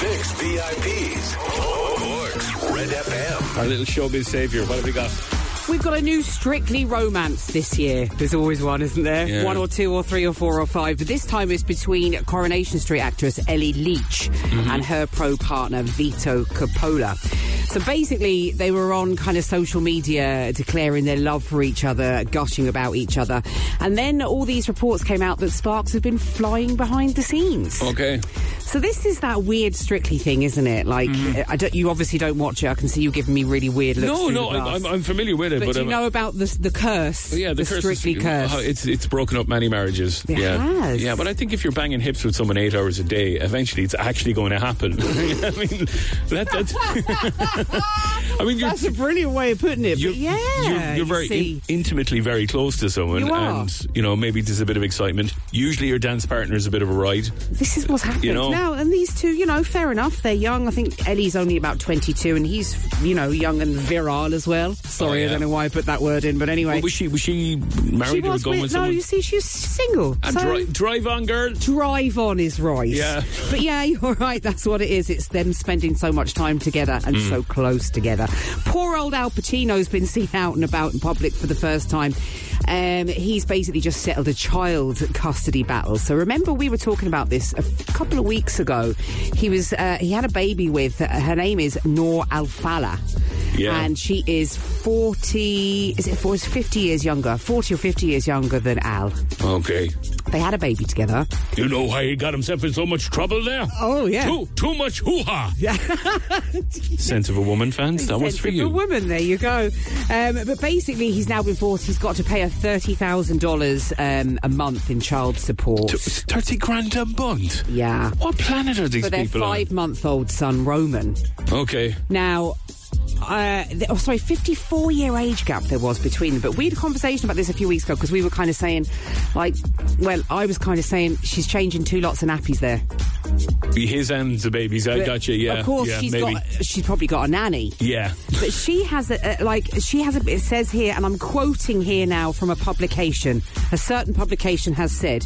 Fix VIPs. Cork's Red FM. Our little showbiz savior. What have we got? We've got a new Strictly Romance this year. There's always one, isn't there? Yeah. One or two or three or four or five. But this time it's between Coronation Street actress Ellie Leach Mm-hmm. and her pro partner Vito Coppola. So basically, they were on kind of social media declaring their love for each other, gushing about each other. And then all these reports came out that Sparks have been flying behind the scenes. Okay. So this is that weird Strictly thing, isn't it? Like, I don't, you obviously don't watch it. I can see you giving me really weird looks. Mm-hmm. No, through no, the glass. I, I'm, I'm familiar with it, But, but, do you um, know about the the curse? yeah, the, curse is- Oh, strictly curse. how It's it's broken up many marriages. It yeah, has. yeah, but I think if you're banging hips with someone eight hours a day, eventually it's actually going to happen. I mean, that, that's. I mean, you're That's a brilliant way of putting it. you, but yeah, you're, you you're very see. in- intimately very close to someone, You are. and you know maybe there's a bit of excitement. Usually, your dance partner is a bit of a ride. this is what's happened you know- now. And these two, you know, fair enough. They're young. I think Ellie's only about twenty two, and he's you know young and virile as well. Sorry, Oh, yeah. I don't know why I put that word in, but anyway, But was she was she married she or was going with, with no. someone? You see, she's single. and so dri- drive on, girl. drive on is right. Yeah. But yeah, you're right. That's what it is. It's them spending so much time together and so close together. Poor old Al Pacino's been seen out and about in public for the first time. Um, he's basically just settled a child custody battle. So remember, we were talking about this a f- couple of weeks ago. He was uh, he had a baby with uh, her name is Noor Al Fala. Yeah. And she is 40, is it four, is 50 years younger, 40 or 50 years younger than Al. Okay. They had a baby together. You know why he got himself in so much trouble there? Oh, yeah. Too, too much hoo ha. Yeah. Sense of a woman, fans. That was for Sensible you. woman, there you go. Um, but basically, he's now been forced. He's got to pay a thirty thousand um, dollars a month in child support. It's Thirty grand a month. Yeah, What planet are these for their people five-month-old son Roman. on? Okay. Now. Uh, th- oh, sorry, 54 year age gap there was between them. But we had a conversation about this a few weeks ago because we were kind of saying, like, well, I was kind of saying she's changing two lots of nappies there. His and the babies. I But got you. Yeah. Of course, yeah, she's maybe. got, she's probably got a nanny. Yeah. But she has a, uh, like she has a it says here, and I'm quoting here now from a publication. A certain publication has said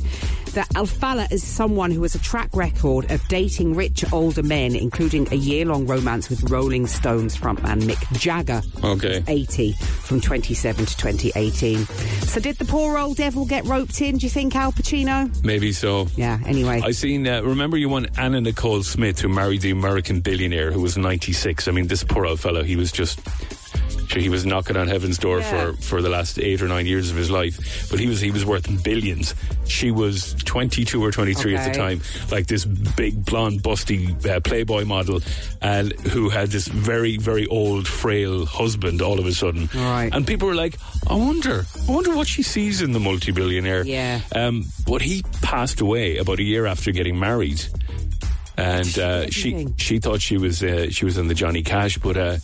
that Alfala is someone who has a track record of dating rich older men, including a year-long romance with Rolling Stones frontman Mick Jagger. Okay. who's 80 from 27 to 2018. So did the poor old devil get roped in? Do you think Al Pacino? Maybe so. Yeah. Anyway. I seen. Uh, remember you won Anna Nicole Smith, who married the American billionaire who was ninety six. I mean, this poor old fellow. He was just. Sure, he was knocking on heaven's door Yeah. for, for the last eight or nine years of his life, but he was he was worth billions. She was twenty two or twenty three at the Okay. time, like this big blonde, busty uh, playboy model, and who had this very very old, frail husband. All of a sudden, Right. and people were like, "I wonder, I wonder what she sees in the multi-billionaire." Yeah. Um, but he passed away about a year after getting married, and uh, she kidding. she thought she was uh, she was in the Johnny Cash, but uh,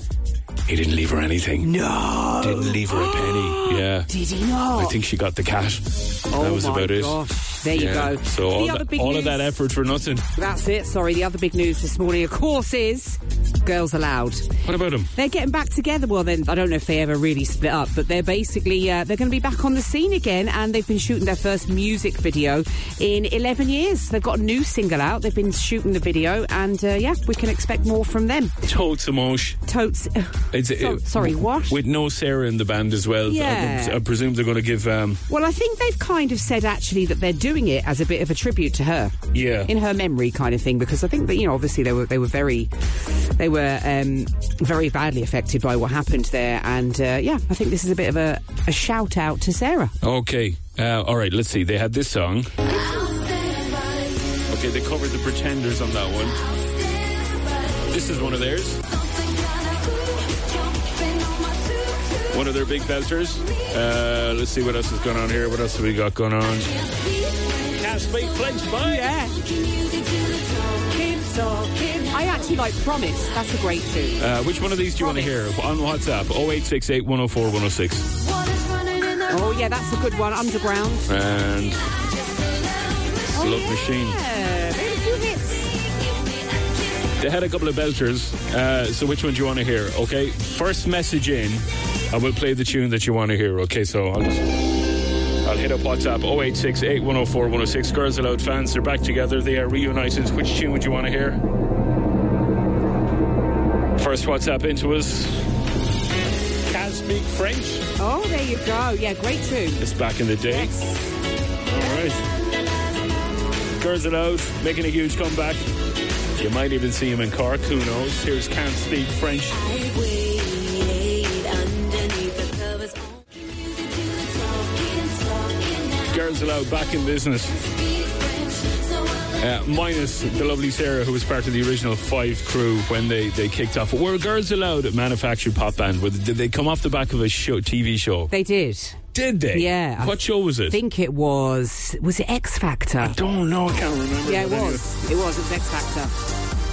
he didn't leave her anything. no. Didn't leave her a penny. Yeah. Did he not? I think she got the cash. Oh that was my about it. gosh. There Yeah. you go. So The all, other that, big all of that news- effort for nothing. That's it. Sorry, the other big news this morning, of course, is Girls Aloud. What about him? They're getting back together. Well, then I don't know if they ever really split up, but they're basically uh, they're going to be back on the scene again, and they've been shooting their first music video in 11 years. They've got a new single out. They've been shooting the video, and uh, yeah, we can expect more from them. Totes emotion. Totes. It's, So- it- sorry, what? With no Sarah in the band as well. Yeah. I, I presume they're going to give. Um, Well, I think they've kind of said actually that they're doing it as a bit of a tribute to her. Yeah. In her memory kind of thing because I think that you know obviously they were they were very they were um, very badly affected by what happened there and uh, yeah, I think this is a bit of a, a shout out to Sarah. Okay. Uh, all right, let's see. They had this song. Okay, they covered the Pretenders on that one. This is one of theirs, one of their big belters. Uh, let's see what else is going on here. What else have we got going on? Cast Be Fledged by. Yeah. I actually like Promise. That's a great tune. Uh, which one of these do you want to hear? On WhatsApp, 0868 104 106. Oh yeah, that's a good one. Underground. And Love Machine. Yeah, very few hits. They had a couple of belters. Uh, so which one do you want to hear? Okay, first message in, and we'll play the tune that you want to hear. Okay, so I'll, I'll hit up WhatsApp 086 104 106. Girls Aloud fans, they're back together. They are reunited. Which tune would you want to hear? First WhatsApp into us. Can speak French. Oh, there you go. Yeah, great tune. It's back in the day. Yes. All right. Girls it out, making a huge comeback. You might even see him in Cork. Who knows? Here's Can't Speak French. I wait underneath the covers. Talking, talking now. Girls Aloud back in business, Speak French, so I'll uh, minus the lovely Sarah, who was part of the original Five crew when they, they kicked off. Were Girls Aloud a manufactured pop band? Were- Did they come off the back of a show, TV show? They did. Did they? Yeah. What show was I it? think it was. Was it X Factor? don't know. I can't remember. Yeah, it But anyway. was. It was. It was X Factor.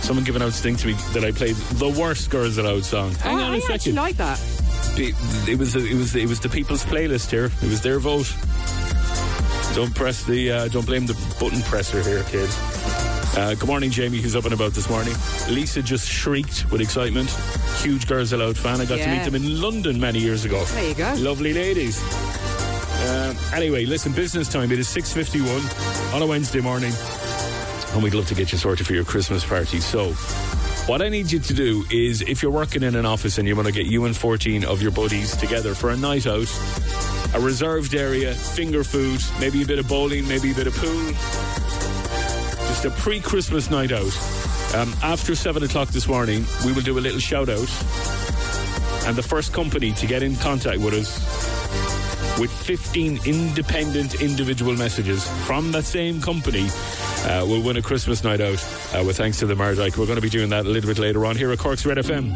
Someone giving out sting to me that I played the worst Girls Aloud song. Hang Oh, on I a actually second. like that. it, it was it was it was the people's playlist here. It was their vote. Don't press the uh, don't blame the button presser here, kids. Uh, good morning, Jamie, who's up and about this morning. Lisa just shrieked with excitement. Huge Girls Aloud fan. I got to Yeah. meet them in London many years ago. There you go. Lovely ladies. Um, anyway, listen, business time. It is 6.51 on a Wednesday morning. And we'd love to get you sorted for your Christmas party. So, what I need you to do is if you're working in an office and you want to get you and 14 of your buddies together for a night out, a reserved area, finger food, maybe a bit of bowling, maybe a bit of pool, just a pre Christmas night out. Um, after 7 o'clock this morning, we will do a little shout out. And the first company to get in contact with us with 15 independent individual messages from that same company uh, will win a Christmas night out uh, with thanks to the Mardike. We're going to be doing that a little bit later on here at Cork's Red FM.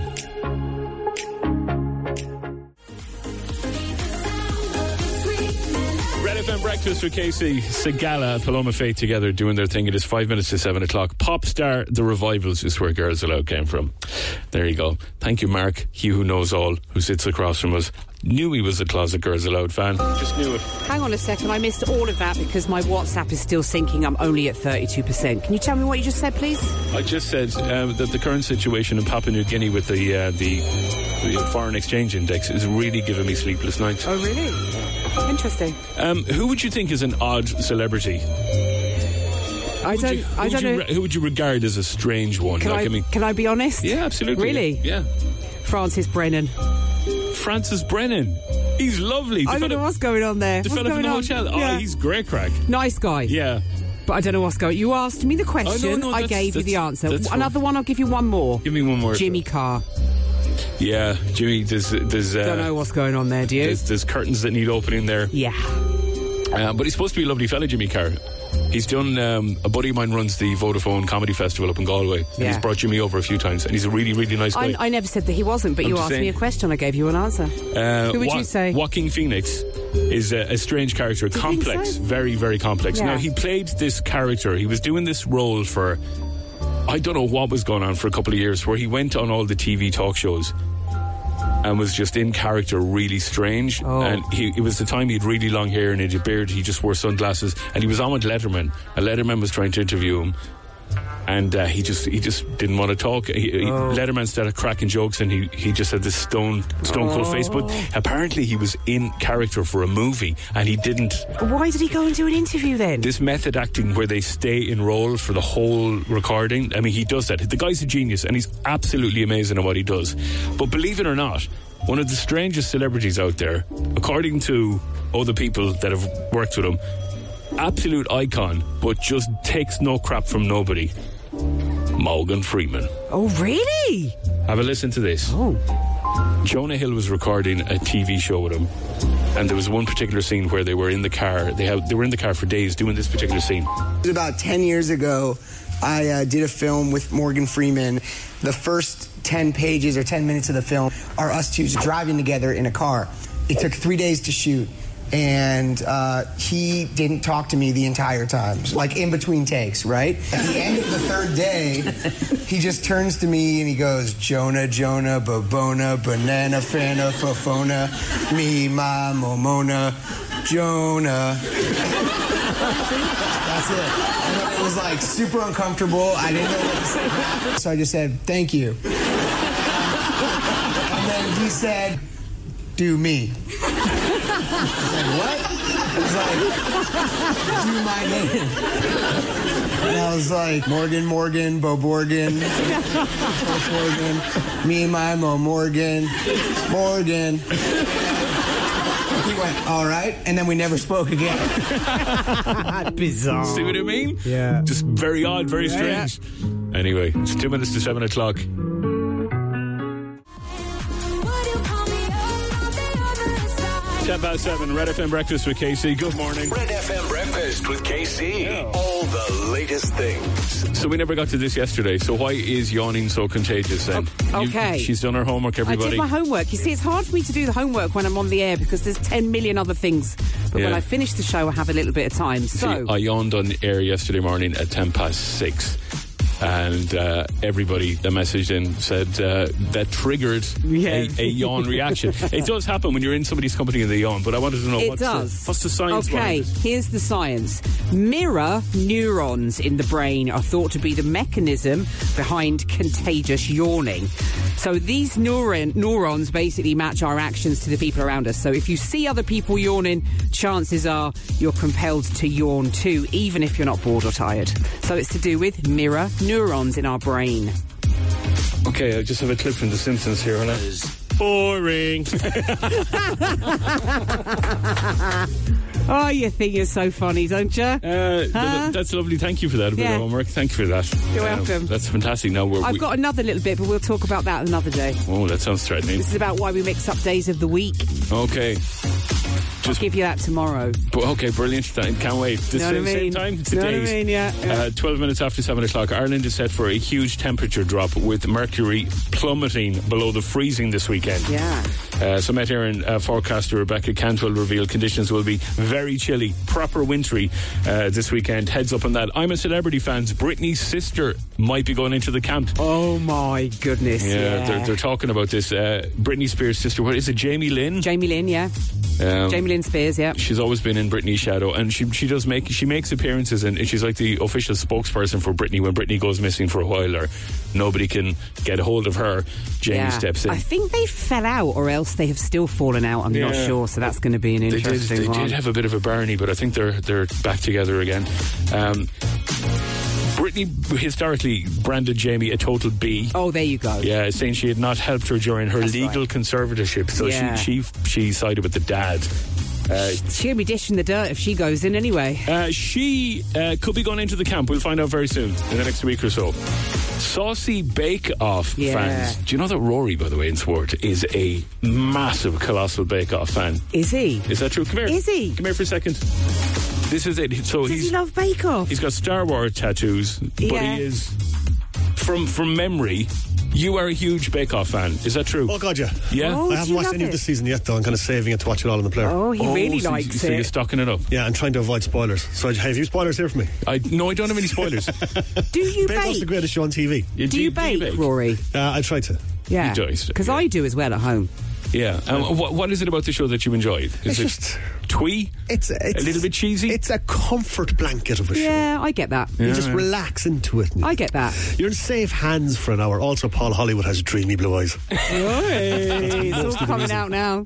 Red FM Breakfast with Casey, Segala, Paloma Faith together doing their thing. It is five minutes to seven o'clock. Pop star, The Revivals is where Girls Aloud came from. There you go. Thank you, Mark, he who knows all, who sits across from us. Knew he was a closet Girls Aloud fan. Just knew it. Hang on a second. I missed all of that because my WhatsApp is still syncing. I'm only at 32%. Can you tell me what you just said, please? I just said um, that the current situation in Papua New Guinea with the uh, the the foreign exchange index is really giving me sleepless nights. Oh, really? Interesting. Um, who would you think is an odd celebrity? Who I would don't, you- who I would don't you know. re- who would you regard as a strange one? can, I, Like, I mean, can I be honest? yeah, absolutely. Really? Yeah. Francis Brennan. Francis Brennan. He's lovely. The I don't fella- know what's going on there. The What's fella from going the on? hotel. Oh, Yeah. he's great crack. Nice guy. Yeah. But I don't know what's going You asked me the question. no, I that's- gave you the that's- answer. that's fine. Another one, I'll give you one more. Give me one more. Jimmy Carr. Yeah, Jimmy. There's there's uh, Don't know what's going on there, do you? there's, there's curtains that need opening there. Yeah. Uh, but he's supposed to be a lovely fella, Jimmy Carr. He's done. Um, a buddy of mine runs the Vodafone Comedy Festival up in Galway, and Yeah. he's brought Jimmy over a few times, and he's a really, really nice guy. I, I never said that he wasn't, but I'm you just asked saying. me a question. I gave you an answer. Uh, Who would you say? Walking Phoenix is a, a strange character, you think complex, so? very, very complex. Yeah. Now he played this character. He was doing this role for I don't know what was going on for a couple of years, where he went on all the TV talk shows and was just in character, really strange. Oh. And he, it was the time he had really long hair and he had a beard. He just wore sunglasses, and he was on with Letterman. And Letterman was trying to interview him. And uh, he just he just didn't want to talk. He, he, Oh. Letterman started cracking jokes, and he, he just had this stone stone cold face. But Oh. apparently, he was in character for a movie, and he didn't Why did he go and do an interview then? this method acting where they stay in role for the whole recording. I mean, he does that. The guy's a genius and he's absolutely amazing at what he does. But believe it or not, one of the strangest celebrities out there, according to other people that have worked with him, absolute icon, but just takes no crap from nobody. Morgan Freeman. oh, really? Have a listen to this. Oh. Jonah Hill was recording a TV show with him, and there was one particular scene where they were in the car. They had, they were in the car for days doing this particular scene. It was about 10 years ago, I uh, did a film with Morgan Freeman. The first 10 pages or 10 minutes of the film are us two just driving together in a car. It took three days to shoot, and uh, he didn't talk to me the entire time, like in between takes, right? At the end of the third day, he just turns to me and he goes, Jonah, Jonah, Bobona, Banana, Fana, Fofona, me, ma, Momona, Jonah. That's it. And it was like super uncomfortable. I didn't know what to say. So I just said, thank you. And then he said, do me. I was like, what? He's like, do my name. And I was like, Morgan, Morgan, Bo Morgan, Morgan, me, my Mo Morgan, Morgan. He went, all right. And then we never spoke again. Bizarre. See what I mean? Yeah. Just very odd, very Yeah. strange. Anyway, it's two minutes to seven o'clock. Would you call me up on the other side? Ten past seven, Red FM Breakfast with Casey. Good morning. Red FM Breakfast with KC. All the latest things. So we never got to this yesterday. So why is yawning so contagious then? O- You- okay. she's done her homework, I everybody. did my homework. You see, it's hard for me to do the homework when I'm on the air because there's 10 million other things. But when Yeah. I finish the show, I have a little bit of time. See, So, I yawned on air yesterday morning at 10 past 6. And uh, everybody that messaged in said uh, that triggered Yeah. a, a yawn reaction. it does happen when you're in somebody's company and they yawn, but I wanted to know it what's, does. The, what's the science behind Okay, it? here's the science. Mirror neurons in the brain are thought to be the mechanism behind contagious yawning. So these neuron, neurons basically match our actions to the people around us. So if you see other people yawning, chances are you're compelled to yawn too, even if you're not bored or tired. So it's to do with mirror neurons in our brain. Okay, I just have a clip from The Simpsons here, and I Boring. Oh, you think you're so funny, don't you? Uh, th- Huh? That's lovely. Thank you for that. A bit Yeah. of homework. Thank you for that. You're Um, welcome. that's fantastic. Now we're. I've we- got another little bit, but we'll talk about that another day. oh, that sounds threatening. This is about why we mix up days of the week. Okay. I'll give you that tomorrow. B- okay, brilliant. Th- Can't wait. The Know what I same, mean? same time Know what I today. mean? Yeah, yeah. Uh, 12 minutes after 7 o'clock, Ireland is set for a huge temperature drop with mercury plummeting below the freezing this weekend. Yeah. Uh, so Met Aaron uh, forecaster Rebecca Cantwell revealed conditions will be very chilly, proper wintry uh, this weekend. Heads up on that. I'm a celebrity fans. Britney's sister might be going into the camp. Oh my goodness. Yeah, They're, they're talking about this. Uh, Britney Spears' sister, what is it, Jamie Lynn? Jamie Lynn, yeah. Um, Jamie Lynn Spears, yeah. She's always been in Britney's shadow, and she she does make she makes appearances, and she's like the official spokesperson for Britney when Britney goes missing for a while, or nobody can get a hold of her. Jamie yeah. steps in. I think they fell out, or else they have still fallen out. I'm not Yeah. sure, so that's going to be an They did. interesting They one. did have a bit of a barney, but I think they're they're back together again. Um, Britney historically branded Jamie a total B. oh, there you go. Yeah, saying she had not helped her during her That's legal right. conservatorship, so Yeah. she she she sided with the dad. Uh, She'll be dishing the dirt if she goes in anyway. Uh, she uh, could be going into the camp. We'll find out very soon in the next week or so. Saucy Bake Off Yeah. fans. Do you know that Rory, by the way, in Swart is a massive Colossal Bake Off fan? Is he? Is that true? Come here. Is he? Come here for a second. This is it. So Does he's he love Bake Off? he's got Star Wars tattoos, but Yeah. he is from from memory. You are a huge Bake Off fan. Is that true? Oh, God, yeah. Yeah. Oh, do you I haven't watched love any it? of the season yet, though. I'm kind of saving it to watch it all on the player. Oh, he really so, likes so you're it. stocking it up. Yeah, I'm trying to avoid spoilers. So, I- have you spoilers here for me? I no, I don't have any spoilers. Do you Bake Off's bake? the greatest show on TV. Do Do you bake, Rory? Uh, I tried to. Yeah. does, Because yeah. I do as well at home. Yeah. Um, what, what is it about the show that you enjoyed? Is It's it just- twee? It's, it's a little bit cheesy. It's a comfort blanket of a show. Yeah, I get that. You just relax into it. and I get that. You're in safe hands for an hour. Also, Paul Hollywood has dreamy blue eyes. it's all coming out now.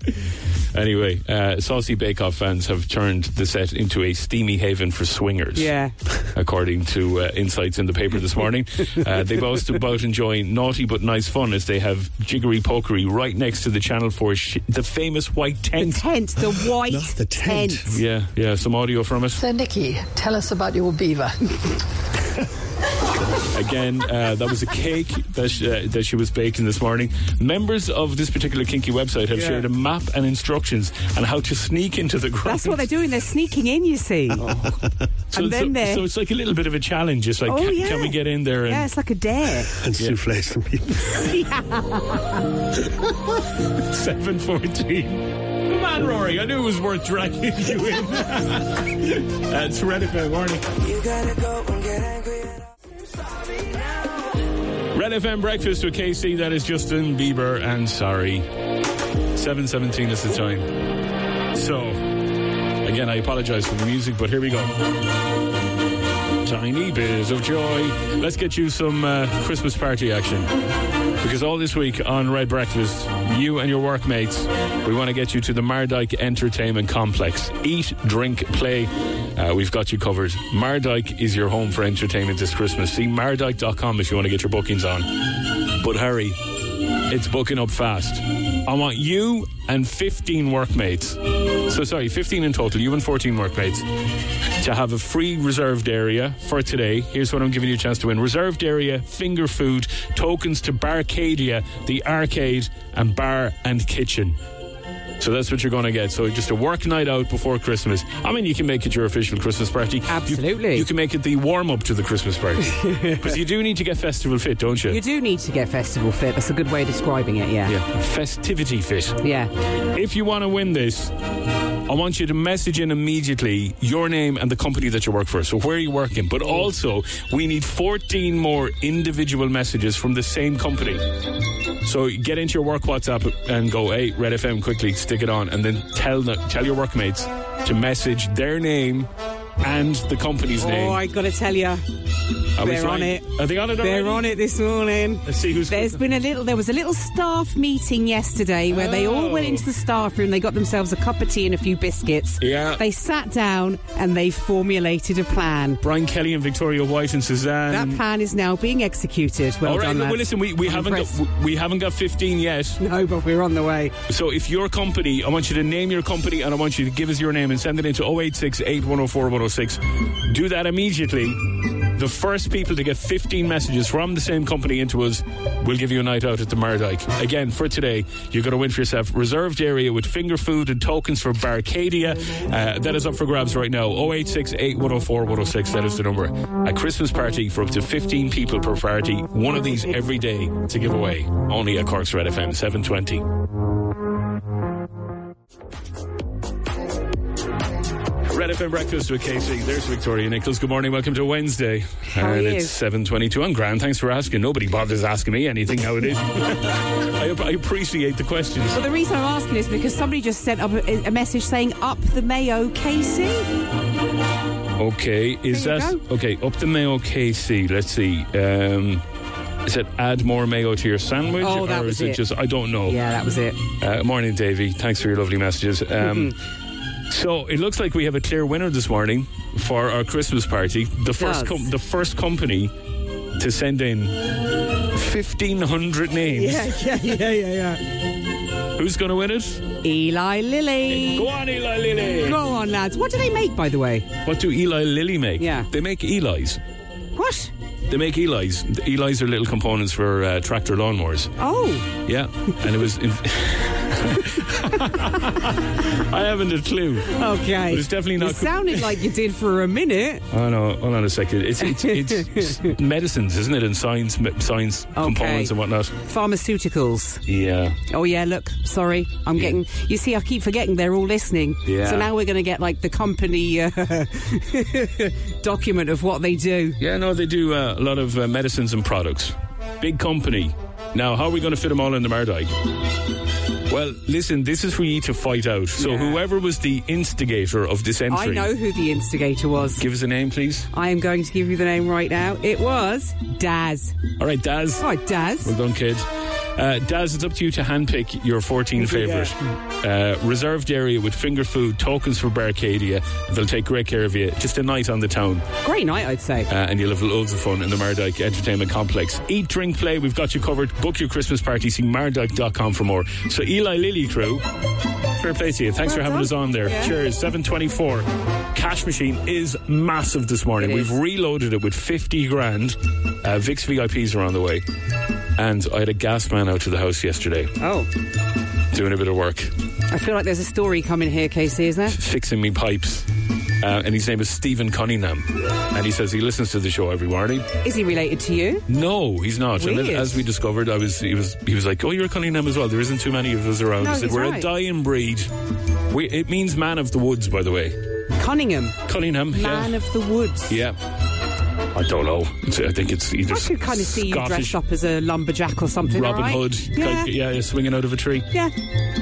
anyway, uh, saucy Bake Off fans have turned the set into a steamy haven for swingers. Yeah. According to uh, insights in the paper this morning, uh, they boast about enjoying naughty but nice fun as they have jiggery pokery right next to the Channel 4, sh- the famous white The tent. tent, the white Not the tent. Yeah, yeah, some audio from it. So, Nikki, tell us about your beaver. Again, uh, that was a cake that she, uh, that she was baking this morning. Members of this particular kinky website have shared a map and instructions on how to sneak into the ground. That's what they're doing. They're sneaking in, you see. Oh. So, and then so, they're. so it's like a little bit of a challenge. It's like, oh, can, yeah. can we get in there? And Yeah, it's like a dare. And souffles from people. 714. Come on, Rory. I knew it was worth dragging you in. That's Red FM morning. Red FM breakfast with KC. That is Justin Bieber and Sorry. 717 is the time. So, again, I apologize for the music, but here we go. tiny bit of joy. Let's get you some uh, Christmas party action. Because all this week on Red Breakfast, you and your workmates, we want to get you to the Mardyke Entertainment Complex. Eat, drink, play. Uh, we've got you covered. Mardyke is your home for entertainment this Christmas. See mardyke.com if you want to get your bookings on. But hurry, it's booking up fast. I want you and 15 workmates, so sorry, 15 in total, you and 14 workmates, to have a free reserved area for today. Here's what I'm giving you a chance to win reserved area, finger food, tokens to Barcadia, the arcade, and bar and kitchen. So that's what you're going to get. So just a work night out before Christmas. I mean, you can make it your official Christmas party. You- Absolutely. You, can make it the warm up to the Christmas party. Because you do need to get festival fit, don't you? You do need to get festival fit. That's a good way of describing it, yeah. yeah. Festivity fit. Yeah. If you want to win this, I want you to message in immediately your name and the company that you work for. So where are you working? But also, we need 14 more individual messages from the same company. So get into your work WhatsApp and go, hey, Red FM, quickly stick it on, and then tell the- tell your workmates to message their name and the company's name. Oh, I gotta tell you, Are we they're on flying? it. Are they on it? they're already? on it this morning. Let's see who's. There's been a little. There was a little staff meeting yesterday where they all went Oh. into the staff room. They got themselves a cup of tea and a few biscuits. Yeah. They sat down and they formulated a plan. Brian Kelly and Victoria White and Suzanne. That plan is now being executed. Well All right, done, well, lads. listen, we, we I'm haven't got, impressed. we- we haven't got 15 yet. No, but we're on the way. So if your company, I want you to name your company and I want you to give us your name and send it into 086 8104 106. Do that immediately. The first people to get 15 messages from the same company into us will give you a night out at the Mardyke. Again, for today, you're going to win for yourself reserved area with finger food and tokens for Barcadia. Uh, that is up for grabs right now. 086 8104 106. That is the number. A Christmas party for up to 15 people per party. One of these every day to give away. Only at Cork's Red FM 720. Red FM Breakfast with Casey. There's Victoria Nichols. Good morning. Welcome to Wednesday. are and you? it's 722. I'm grand. Thanks for asking. Nobody bothers asking me anything how it is. I, ap- I appreciate the questions. Well, the reason I'm asking is because somebody just sent up a, a message saying "Up the Mayo, Casey." Okay. Is There you that... Okay. Up the Mayo KC. Let's see. Um, is it add more mayo to your sandwich? Oh, that or was is it, it. just... I don't know. Yeah, that was it. Uh, morning, Davey. Thanks for your lovely messages. Um, so it looks like we have a clear winner this morning for our Christmas party. The first, does. com- the first company to send in fifteen hundred names. yeah, yeah, yeah, yeah. Who's going to win it? Eli Lilly. Go on, Eli Lilly. Go on, lads. What do they make, by the way? What do Eli Lilly make? Yeah. they make Eli's. What? They make Eli's. The Eli's are little components for uh, tractor lawnmowers. Oh, Yeah, and it was. In- I haven't a clue. okay. But it's definitely not It co- sounded like you did for a minute. Oh no! Hold on a second. It's it's, it's medicines, isn't it? And science, me- science components and whatnot. Pharmaceuticals. Yeah. Oh yeah, look, sorry, I'm getting. You see, I keep forgetting they're all listening. Yeah. So now we're going to get like the company uh, document of what they do. Yeah. No, they do uh, a lot of uh, medicines and products. Big company. Now, how are we going to fit them all in the Mardyke? Well, listen. This is for you to fight out. So, Yeah. whoever was the instigator of this I entry, know who the instigator was. Give us a name, please. I am going to give you the name right now. It was Daz. All right, Daz. All right, Daz. Well done, kids. Uh, Daz, it's up to you to handpick your 14 favourite. Uh, reserved area with finger food, tokens for Barcadia. They'll take great care of you. Just a night on the town, Great night, I'd say. uh, and you'll have loads of fun in the Mardyke Entertainment Complex. Eat, drink, play. We've got you covered. Book your Christmas party. See mardyke.com for more. So, Eli Lilly crew, fair play to you. Thanks Well for having done. us on there. Yeah. Cheers. 724. Cash machine is massive this morning. It We've is. reloaded it with 50 grand. Uh, Vix VIPs are on the way. And I had a gas man out to the house yesterday Oh, doing a bit of work, I feel like there's a story coming here, Casey, isn't there? fixing me pipes. Uh, and his name is Stephen Cunningham. And he says he listens to the show every morning. Is he related to you? No, he's not. And then Weird. as we discovered, I was he was he was like, "Oh, you're a Cunningham as well. There isn't too many of us around." No, I said, he's "We're a right. dying breed." We, it means man of the woods, by the way. Cunningham, Cunningham, man yeah. of the woods. yeah. I don't know. It's, I think it's either I could kind of see you Scottish, dressed up as a lumberjack or something. Robin alright? Hood, Yeah. like, yeah, swinging out of a tree. yeah.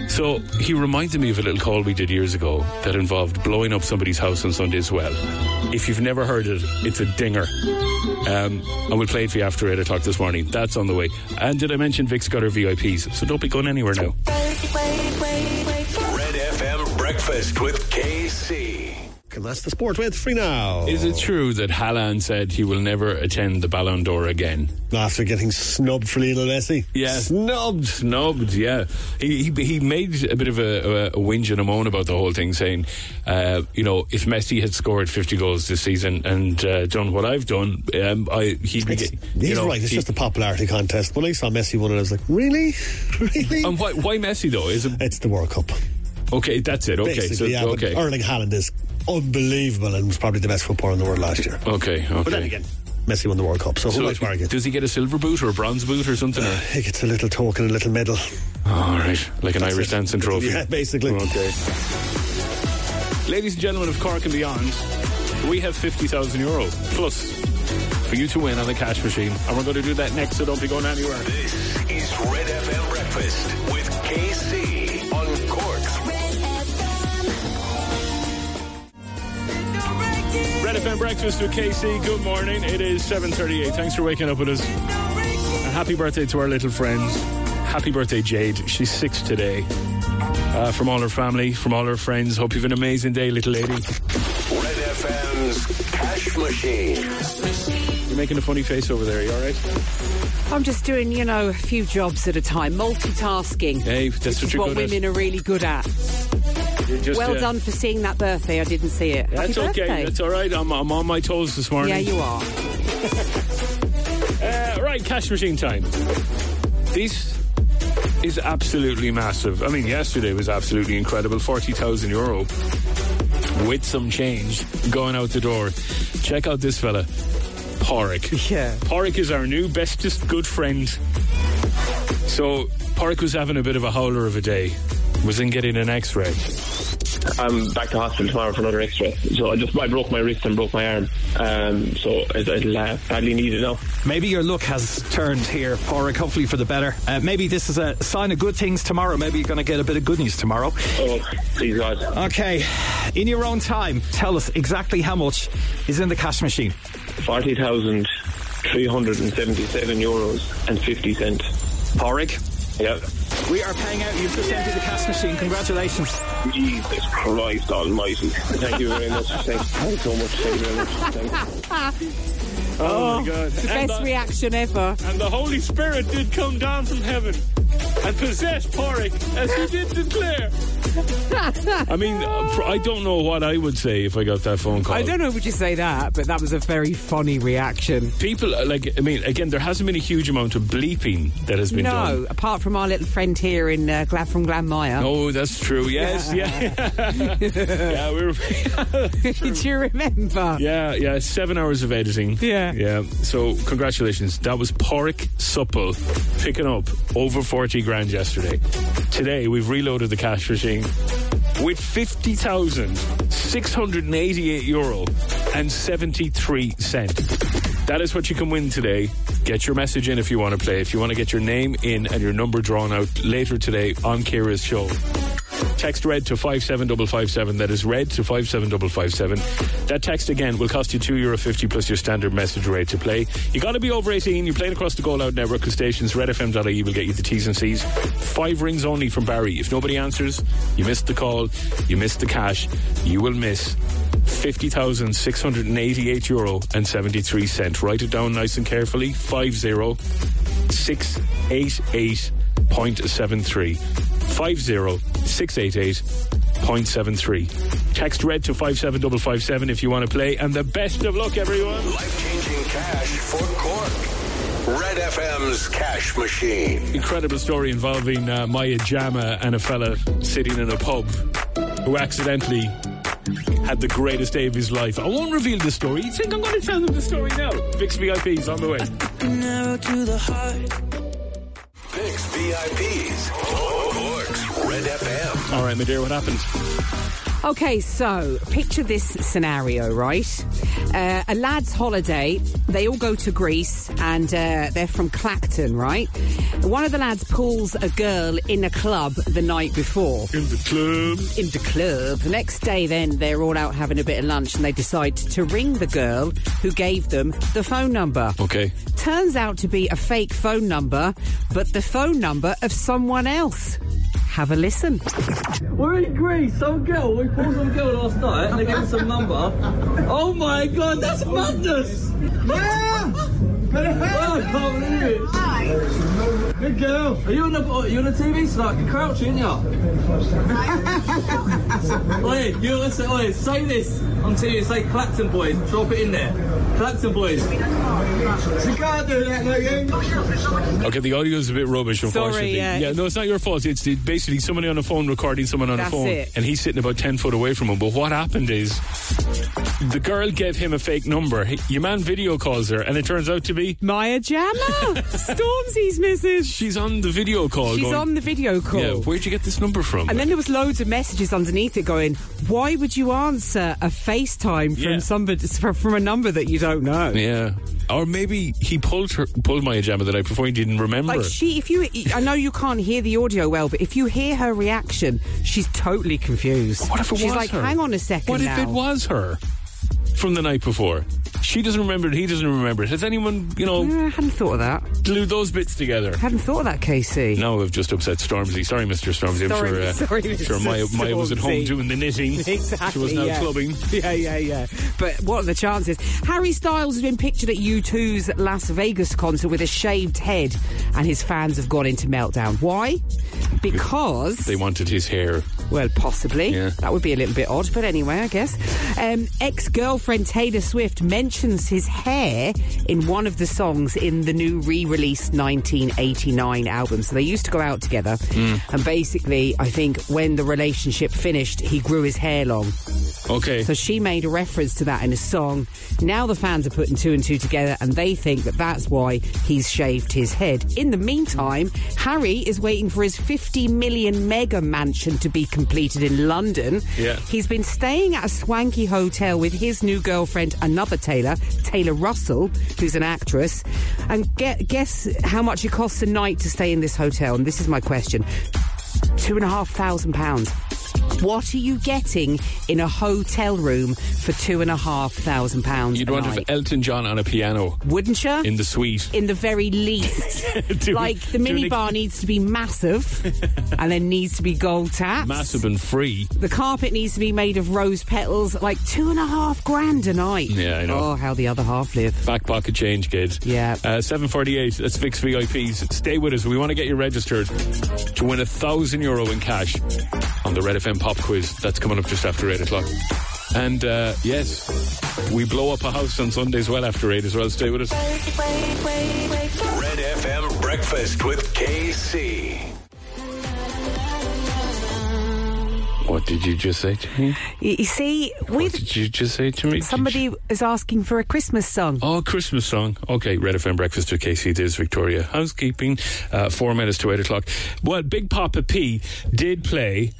So he reminded me of a little call we did years ago that involved blowing up somebody's house on Sunday's well. If you've never heard it, it's a dinger. Um, and we'll play it for you after 8 o'clock this morning. That's on the way. And did I mention Vic's got her VIPs? So don't be going anywhere now. Wait, wait, wait, wait for Red FM Breakfast with KC. And that's the sport with free now. Is it true that Hallan said he will never attend the Ballon d'Or again? After getting snubbed for Lionel Messi. Yeah. Snubbed. Snubbed, yeah. He, he, he made a bit of a, a, a whinge and a moan about the whole thing, saying, uh, you know, if Messi had scored 50 goals this season and uh, done what I've done, um, I, he'd be. It's- you he's know, right. It's he- just a popularity contest. When I saw Messi won it, I was like, really? really? And why, why Messi, though? Is it, it's the World Cup. okay, that's it. Okay, Basically, so, yeah. but okay. Erling Haaland is unbelievable and was probably the best footballer in the world last year. Okay, okay. But then again, Messi won the World Cup, so, who might so argue? does he get a silver boot or a bronze boot or something? Or? I think it's a little token, a little medal. All right, like an Uh, That's Irish it. dancing trophy. Yeah, basically. Okay. Ladies and gentlemen of Cork and beyond, we have 50,000 euro plus for you to win on the cash machine. And we're going to do that next, so don't be going anywhere. This is Red FM Breakfast with KC on Cork's Red FM. Red FM Breakfast with KC. Good morning. It is 7.38. Thanks for waking up with us. And happy birthday to our little friends. Happy birthday, Jade. She's six today. Uh, from all her family, from all her friends. Hope you've an amazing day, little lady. Red FM's Cash Machine. You're making a funny face over there. You all right? I'm just doing, you know, a few jobs at a time, multitasking. Hey, which that's what is you're what good at. women are really good at. You're just, Well uh, done for seeing that birthday. I didn't see it. That's Happy okay. birthday. That's all right. I'm, I'm on my toes this morning. yeah, you are. Uh, right, cash machine time. This is absolutely massive. I mean, yesterday was absolutely incredible. 40,000 euro with some change going out the door. Check out this fella, Porrick. Yeah. Porrick is our new bestest good friend. So, Porrick was having a bit of a howler of a day. Was in getting an x ray. I'm back to hospital tomorrow for another X-ray. So I just I broke my wrist and broke my arm. Um, so it, it'll uh, badly need it now. Maybe your luck has turned here, Porrick, hopefully for the better. Uh, maybe this is a sign of good things tomorrow. Maybe you're going to get a bit of good news tomorrow. Oh, please God. Okay, in your own time, tell us exactly how much is in the cash machine. Forty thousand three hundred and seventy-seven euros and fifty cent. Porrick, Yep. we are paying out. You've just entered the cash machine. Congratulations. Jesus Christ Almighty! Thank you very much. Thank, thank you so much. Thank you very much. Thank you. Oh, my God. The best reaction ever. And the Holy Spirit did come down from heaven and possess Porrick as he did declare. I mean, uh, pr- I don't know what I would say if I got that phone call. I don't know would you say that, but that was a very funny reaction. People, uh, like, I mean, again, there hasn't been a huge amount of bleeping that has been no, done. apart from our little friend here in uh, Glad from Glanmire. Oh, that's true. Yes, yeah. Yeah, we were. Do you remember? yeah, yeah. Seven hours of editing. Yeah. Yeah. So, congratulations. That was Porrick Supple picking up over 40 grand yesterday. Today, we've reloaded the cash machine with 50,688 euro and 73 cent. That is what you can win today. Get your message in if you want to play. If you want to get your name in and your number drawn out later today on Kira's show. Text red to 57557. That is red to 57557. That text again will cost you €2.50 plus your standard message rate to play. you got to be over 18. You're playing across the Goal Out network of stations. RedFM.ie E will get you the T's and C's. Five rings only from Barry. If nobody answers, you missed the call, you missed the cash, you will miss. €50,688 euro and 73 cent. Write it down nice and carefully. 50 688.73. 50688.73. Text red to 57557 if you want to play. And the best of luck, everyone. Life changing cash for Cork. Red FM's Cash Machine. Incredible story involving uh, Maya Jama and a fella sitting in a pub who accidentally had the greatest day of his life. I won't reveal the story. You think I'm going to tell them the story now? Vix VIP's on the way. Picks VIPs. Cork's Red FM. All right, my dear, what happened? Okay, so picture this scenario, right? Uh, a lad's holiday. They all go to Greece and uh, they're from Clacton, right? One of the lads pulls a girl in a club the night before. In the club. in the club. The next day, then they're all out having a bit of lunch, and they decide to ring the girl who gave them the phone number. Okay. Turns out to be a fake phone number, but the phone number of someone else. Have a listen. We're in Greece, some girl, we pulled some girl last night and they gave us a number. Oh my god, that's madness! Yeah! Oh, I can't believe it. Good girl. Are you on the are you on the TV tonight? You're crouching, aren't you? Oi, you listen, oi, say this until you say Clacton boys. Drop it in there. Clacton boys. You can't do that, no you. Okay, the audio is a bit rubbish, unfortunately. yeah. yeah, no, it's not your fault. It's the, basically somebody on a phone recording someone on That's a phone, it. and he's sitting about 10 foot away from him. But what happened is the girl gave him a fake number. He- Your man video calls her, and it turns out to be Maya Jama, Stormzy's missus. she's on the video call. She's going, on the video call. Yeah, where'd you get this number from? And then there was loads of messages underneath it going, "Why would you answer a FaceTime from Yeah. somebody from a number that you don't know?" yeah. Or maybe he pulled her, pulled my jama the night before. He didn't remember. Like she, if you, I know you can't hear the audio well, but if you hear her reaction, she's totally confused. What if it she's was like, her? hang on a second. What if now." it was her from the night before? She doesn't remember it. He doesn't remember it. Has anyone, you know, Yeah, I hadn't thought of that. glued those bits together? Hadn't thought of that, Casey. Now I've just upset Stormzy. Sorry, Mr. Stormzy. Sorry, I'm sure, sorry, Mr. sure Maya, Maya was at home Stormzy. doing the knitting. Exactly. She was now yeah. clubbing. Yeah, yeah, yeah. But what are the chances? Harry Styles has been pictured at U2's Las Vegas concert with a shaved head, and his fans have gone into meltdown. Why? Because They wanted his hair. Well, possibly. Yeah. That would be a little bit odd, but anyway, I guess. Um, Ex girlfriend Taylor Swift mentions his hair in one of the songs in the new re released 1989 album. So they used to go out together. Hmm. And basically, I think when the relationship finished, he grew his hair long. Okay. So she made a reference to that in a song. Now the fans are putting two and two together and they think that that's why he's shaved his head. In the meantime, Harry is waiting for his 50 million mega mansion to be completed in London. Yeah. He's been staying at a swanky hotel with his new girlfriend, another Taylor, Taylor Russell, who's an actress. And get, guess how much it costs a night to stay in this hotel? And this is my question two and a half thousand pounds. What are you getting in a hotel room for two and a half thousand pounds? You'd a want to have night? Elton John on a piano wouldn't you? in the suite. In the very least, Doing- like the doing a- minibar needs to be massive, and there needs to be gold taps. Massive and free. The carpet needs to be made of rose petals, like two and a half grand a night. Yeah, I know. Oh, how the other half live. Back pocket change, kids. Yeah. Uh, 748, that's fixed VIPs. Stay with us. We want to get you registered to win a thousand euro in cash on the Red FM pop quiz. That's coming up just after eight o'clock. And uh, yes, we blow up a house on Sundays well after eight as well. Stay with us. Wait, wait, wait, wait. Red FM Breakfast with KC. What did you just say to me? You, you see, What with did you just say to me? Did you- somebody is asking for a Christmas song. Oh, Christmas song. Okay, Red FM Breakfast with Casey. It is Victoria Housekeeping. Uh, four minutes to eight o'clock. Well, Big Papa P did play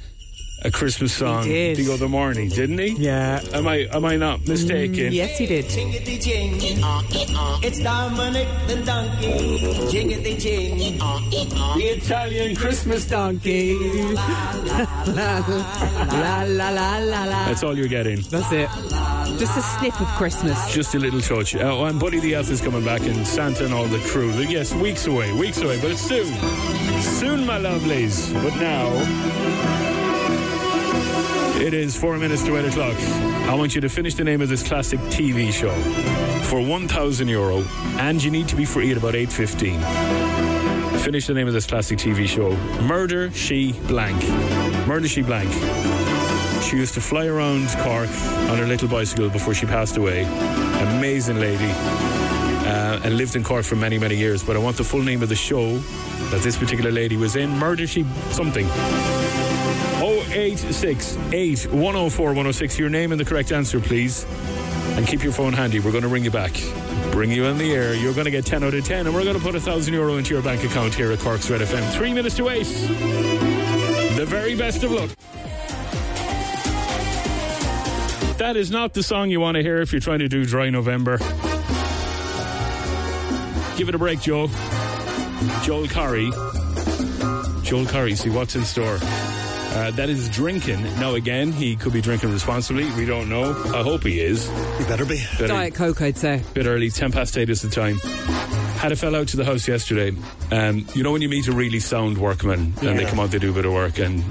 a Christmas song did. the other morning, didn't he? Yeah. Mm, Am I am I not mistaken? Yes, he did. Jingity jing, it's Dominic the donkey. Jingity jing, the Italian Christmas donkey. la la la la la. That's all you're getting. That's it. Just a snip of Christmas. Just a little touch. Uh, oh, and Buddy the Elf is coming back, and Santa and all the crew. Yes, weeks away, weeks away, but it's soon. Soon, my lovelies. But now. It is four minutes to eight o'clock. I want you to finish the name of this classic TV show for one thousand euro, and you need to be free at about eight fifteen. Finish the name of this classic TV show: Murder She Blank. Murder She Blank. She used to fly around Cork on her little bicycle before she passed away. Amazing lady. Uh, and lived in Cork for many, many years. But I want the full name of the show that this particular lady was in. Murder She Something. 0868 104 106. Your name and the correct answer, please. And keep your phone handy. We're going to ring you back. Bring you in the air. You're going to get 10 out of 10. And we're going to put a 1,000 euro into your bank account here at Cork's Red FM. Three minutes to eight. The very best of luck. That is not the song you want to hear if you're trying to do Dry November. Give it a break, Joe. Joel Curry. Joel Curry, see what's in store. Uh, that is drinking. Now, again, he could be drinking responsibly. We don't know. I hope he is. You better be. Better- Diet Coke, I'd say. bit early, 10 past 8 is the time. Had a fella out to the house yesterday. Um, you know when you meet a really sound workman and they Yeah. come out, they do a bit of work and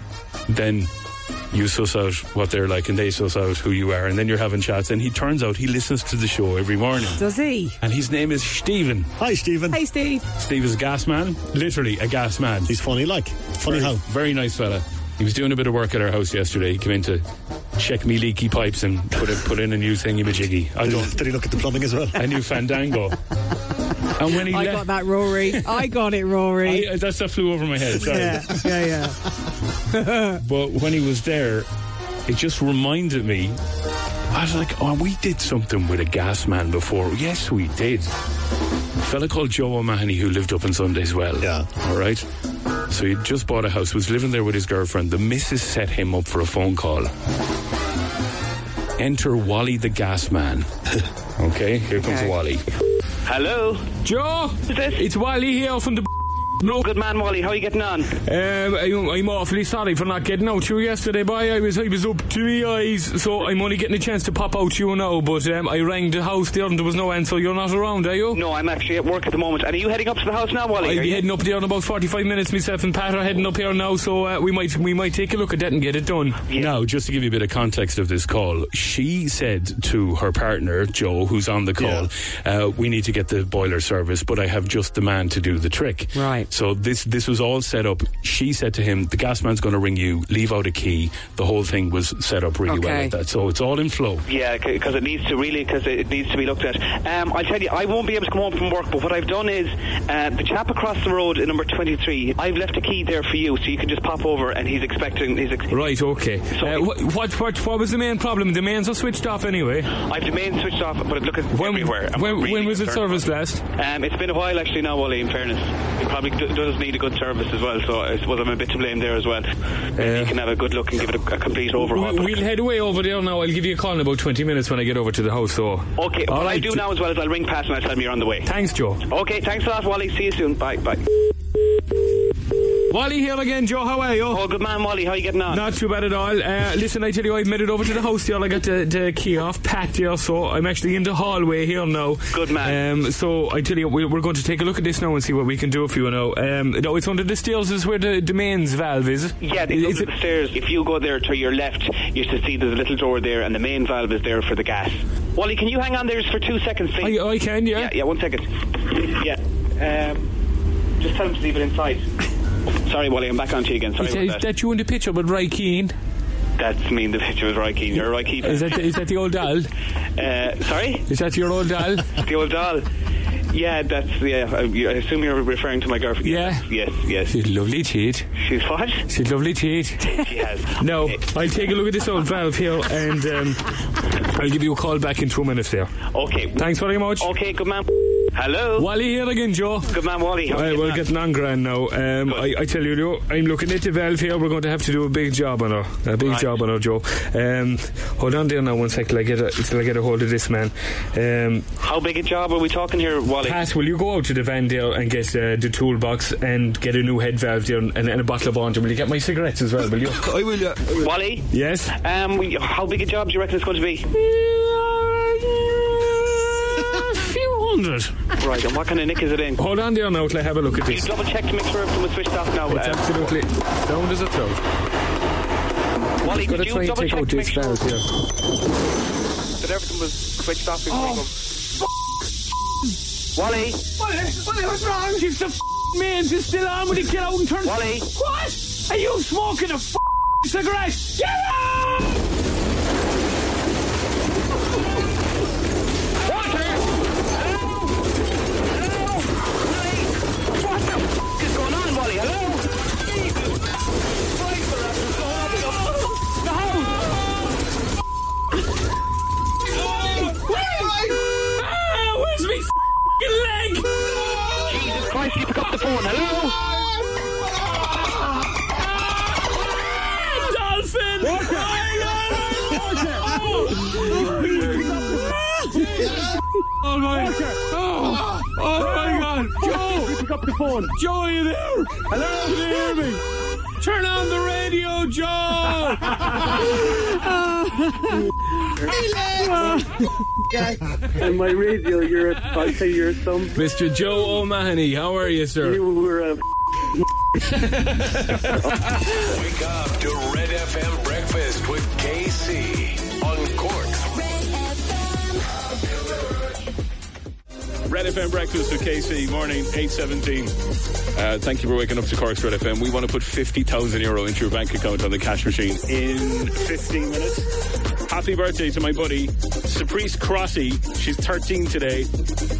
then you suss out what they're like and they suss out who you are and then you're having chats and he turns out he listens to the show every morning. Does he? And his name is Stephen. Hi, Stephen. Hey, Steve. Steve is a gas man, literally a gas man. He's funny, like. Funny Very, how. very nice fella. He was doing a bit of work at our house yesterday. He came in to check me leaky pipes and put a, put in a new thingy majiggy. I Did don't. he, did he look at the plumbing as well? A new Fandango. And when he I left, got that, Rory. I got it, Rory. I, that stuff flew over my head. Sorry. yeah, yeah, yeah. But when he was there, it just reminded me. I was like, oh, we did something with a gas man before. Yes, we did. fella called Joe O'Mahony who lived up in Sundays Well. Yeah. All right. So he just bought a house, was living there with his girlfriend. The missus set him up for a phone call. Enter Wally the gas man. okay, here comes Okay. Wally. Hello. Joe, this? it's Wally here from the. No, Good man, Wally. How are you getting on? Um, I'm, I'm awfully sorry for not getting out to you yesterday, boy. I was I was up to my eyes, so I'm only getting a chance to pop out to you now. But um, I rang the house there and there was no answer. You're not around, are you? No, I'm actually at work at the moment. And are you heading up to the house now, Wally? I'll Are be you- heading up there in about 45 minutes. Myself and Pat are heading up here now, so uh, we might we might take a look at that and get it done. Now, just to give you a bit of context of this call, she said to her partner Joe, who's on the call, uh, "We need to get the boiler service, but I have just the man to do the trick." Right. So this this was all set up. She said to him, "The gas man's going to ring you. Leave out a key." The whole thing was set up really well Okay. like that. So it's all in flow. Yeah, because it needs to really, because it needs to be looked at. Um, I'll tell you, I won't be able to come home from work, but what I've done is uh, the chap across the road at number 23, I've left a key there for you, so you can just pop over and he's expecting, he's ex- Right. Okay. Uh, wh- what what what was the main problem? The mains are switched off anyway. I've the main switched off, but it looking When everywhere. I'm when, really when was it concerned. serviced last? Um, it's been a while actually now, Wally, in fairness. It probably d- does need a good service as well, so I suppose I'm a bit to blame there as well. Maybe you can have a good look and give it a, a complete overhaul. We- but- We'll head away over there now. I'll give you a call in about 20 minutes when I get over to the house. So. okay, All what I right. do now as well is I'll ring Pat and I'll tell him you're on the way. Thanks, Joe. Okay, thanks a lot, Wally. See you soon. Bye, bye. Wally here again, Joe. How are you? Oh, good man, Wally. How you getting on? Not too bad at all. Uh, listen, I tell you, I've made it over to the house there. I got the, the key off Pat there, so I'm actually in the hallway here now. Good man. Um, so I tell you, we- we're going to take a look at this now and see what we can do for you now. Um, no, it's under the stairs is where the, the mains valve is. Yeah, it's, Is under the stairs. If you go there to your left, you should see there's a little door there, and the main valve is there for the gas. Wally, can you hang on there just for two seconds, please? it- I, I can, yeah. yeah, yeah, one second. Yeah. Um, just tell him to leave it inside. Sorry, Wally, I'm back on to you again. Sorry Is, about that- that. is that you in the picture with Ray Keane? That's mean the picture was Roy Keane. You're a Roy Keane. Is that, is that the old doll? Uh, sorry? Is that your old doll? The old doll. Yeah, that's, yeah, I, I assume you're referring to my girlfriend. Yeah. Yes, yes. She's lovely teeth. She's what? She's lovely teeth. She has. No, I'll take a look at this old valve here and um, I'll give you a call back in two minutes there. Okay. Thanks very much. Okay, good man. Hello? Wally here again, Joe. Good man, Wally. How Right, you we're getting on? getting on grand now. Um, I, I tell you, though, I'm looking at the valve here. We're going to have to do a big job on her. A big Right. job on her, Joe. Um, hold on there now one sec till I get a, till I get a hold of this man. Um, How big a job are we talking here, Wally? Pat, will you go out to the van there and get uh, the toolbox and get a new head valve there and, and a bottle of water? Will you get my cigarettes as well, will you? I will, yeah. Wally? yes? Um, we- how big a job do you reckon it's going to be? few hundred. Right, and what kind of nick is it in? Hold on there now till I have a look at You this. double check to make sure everything was switched off now. It's Uh, absolutely sound as a trout. Wally, Gotta did try you and double take check out to make this sure valve here. that everything was switched off Oh, before you go? Wally, what's wrong? If the f- man's is still on, would he get out and turn? Wally. What? Are you smoking a f- cigarette? Get out! Jesus Christ, you pick up the phone. Hello? Dolphin! Water! Oh, no, no, no, water! Oh my! Oh, oh my God! Joe, pick up the phone. Joe, are you there? Hello, can you hear me? Turn on the radio, Joe. And my radio, you're a, I'll say you're a thumb. Mr. Joe O'Mahony, how are you, sir? You were uh, a. Wake up to Red FM Breakfast with KC on Cork's Red FM Breakfast with KC, morning, 817. Uh, thank you for waking up to Cork's Red FM. We want to put 50,000 euro into your bank account on the cash machine in 15 minutes. Happy birthday to my buddy, Saprice Crossy. She's 13 today.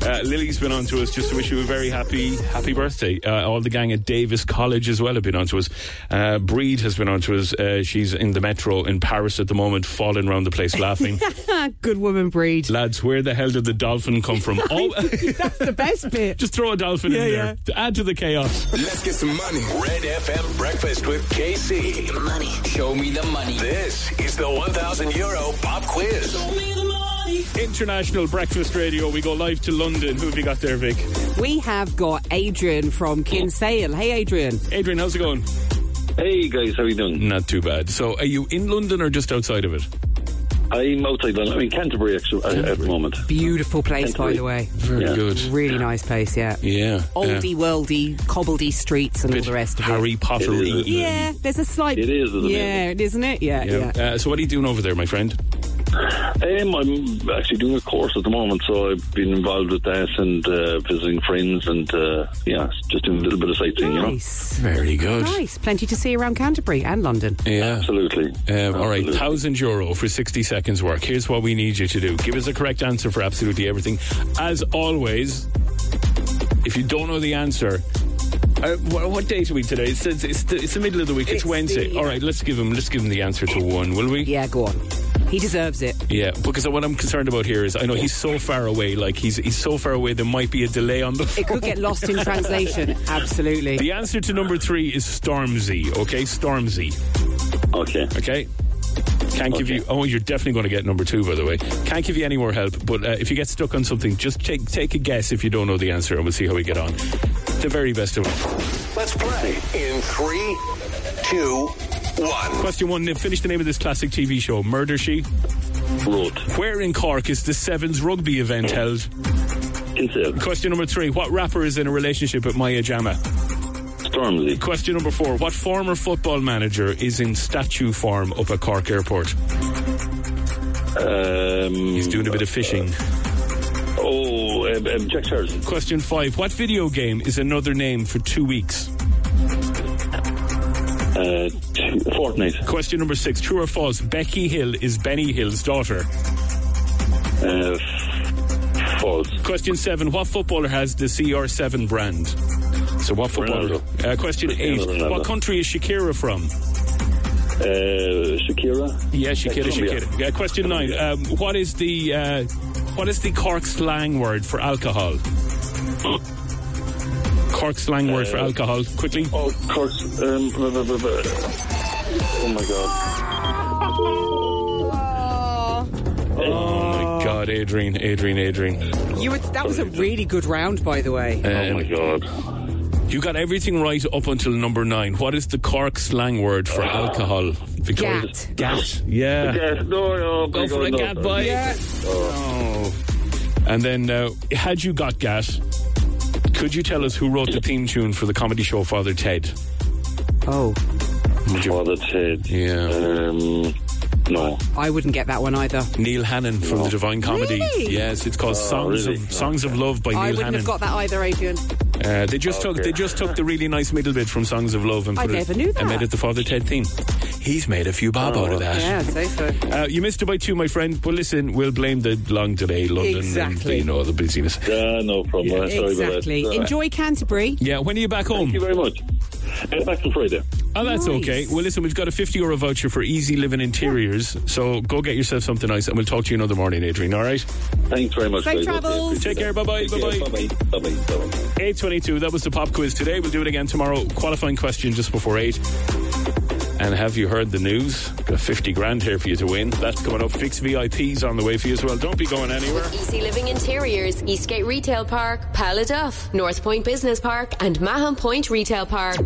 Uh, Lily's been on to us just to wish you a very happy, happy birthday. Uh, all the gang at Davis College as well have been on to us. Uh, Breed has been on to us. Uh, she's in the metro in Paris at the moment, falling around the place laughing. Ah, Good woman breed. Lads, where the hell did the dolphin come from? Oh. That's the best bit. Just throw a dolphin Yeah, in there yeah. to add to the chaos. Let's get some money. Red FM Breakfast with KC. Money. Show me the money. This is the 1,000 euro pop quiz. International Breakfast Radio. We go live to London. Who have you got there, Vic? We have got Adrian from Kinsale. Hey, Adrian. Adrian, how's it going? Hey guys, how you doing? Not too bad. So, are you in London or just outside of it? I'm outside London. I'm in Canterbury actually at the moment. Beautiful place, by the way. Very good. Really nice place, yeah. Yeah. Oldie, worldy, cobbledy streets and all the rest of it. Harry Potter. Yeah, there's a slight. It is, isn't it? yeah, it? isn't it? Yeah, yeah. Uh, so, what are you doing over there, my friend? Um, I'm actually doing a course at the moment, so I've been involved with that and uh, visiting friends and uh, yeah, just doing a little bit of sightseeing. Nice. Very good. Nice. Plenty to see around Canterbury and London. You know? Yeah. Absolutely. Um, all right, Absolutely. thousand euro for sixty seconds work. Here's what we need you to do: give us a correct answer for absolutely everything. As always, if you don't know the answer, uh, what, what date are we today? It says it's the, it's the middle of the week. It's, It's the- Wednesday. All right, let's give him let's give him the answer to one, will we? Yeah, go on. He deserves it. Yeah, because what I'm concerned about here is I know he's so far away. Like he's he's so far away, there might be a delay on the. It could get lost in translation. Absolutely. The answer to number three is Stormzy. Okay, Stormzy. Okay. Okay. Can't give you. Oh, you're definitely going to get number two, by the way. Can't give you any more help. But uh, if you get stuck on something, just take take a guess if you don't know the answer, and we'll see how we get on. The very best of it. Let's play in three, two, one. Question one. n- Finish the name of this classic TV show, Murder She. Road. Where in Cork is the Sevens rugby event held? Kinsale. Question number three. What rapper is in a relationship with Maya Jama? Stormzy. Question number four. What former football manager is in statue form up at Cork Airport? Um, He's doing a bit of fishing. Oh, um, um, Jack Charles. Question five. What video game is another name for two weeks? Uh, t- Fortnite. Question number six: True or false? Becky Hill is Benny Hill's daughter. Uh, f- false. Question seven: What footballer has the CR7 brand? So what footballer? Ronaldo. Uh, question eight: Cristiano Ronaldo. What country is Shakira from? Uh, Shakira. Yeah, Shakira, Colombia. Shakira. Uh, question nine: um, What is the uh, what is the Cork slang word for alcohol? Cork slang word for alcohol. Quickly. Oh, Cork's. Um, blah, blah, blah, blah. Oh my God. Oh my God, Adrian, Adrian, Adrian. You were, that was a really good round, by the way. Um, oh my God. You got everything right up until number nine. What is the Cork slang word for alcohol? Victoria? Gat. Uh, Gat. Yeah. Yes, no, oh no, Go for a gat, boy. Yeah. Oh. And then, uh, had you got gas, could you tell us who wrote the theme tune for the comedy show Father Ted? Oh, Oh, that's it. Yeah. Um, no. I wouldn't get that one either. Neil Hannon from the Divine Comedy. Really? Yes, it's called Songs really? of Songs of Love by I Neil wouldn't Hannon. have got that either, Adrian. Uh, they just took they just took the really nice middle bit from Songs of Love and I put never it knew and that. made it the Father Ted theme. He's made a few bob out of that. Yeah, I'd say so. Uh, you missed it by two, my friend. But listen, we'll blame the long delay, London, Exactly. and you know the busyness. Yeah, no problem. Sorry Exactly. about that. Enjoy Canterbury. Yeah, when are you back home? Thank you very much. Uh, back to Friday. Oh, that's Nice. okay. Well, listen, we've got a 50 euro voucher for Easy Living Interiors. So go get yourself something nice and we'll talk to you another morning, Adrian. All right? Thanks very much. Safe guys. Okay, travels. appreciate Take care. that. Bye-bye. Take care. Bye-bye. Bye-bye. Bye-bye. Bye-bye. 822. That was the pop quiz today. We'll do it again tomorrow. Qualifying question just before 8. And have you heard the news? Got 50 grand here for you to win. That's coming up. Fix VIPs on the way for you as well. Don't be going anywhere. Easy Living Interiors, Eastgate Retail Park, Paladuff, North Point Business Park, and Mahon Point Retail Park.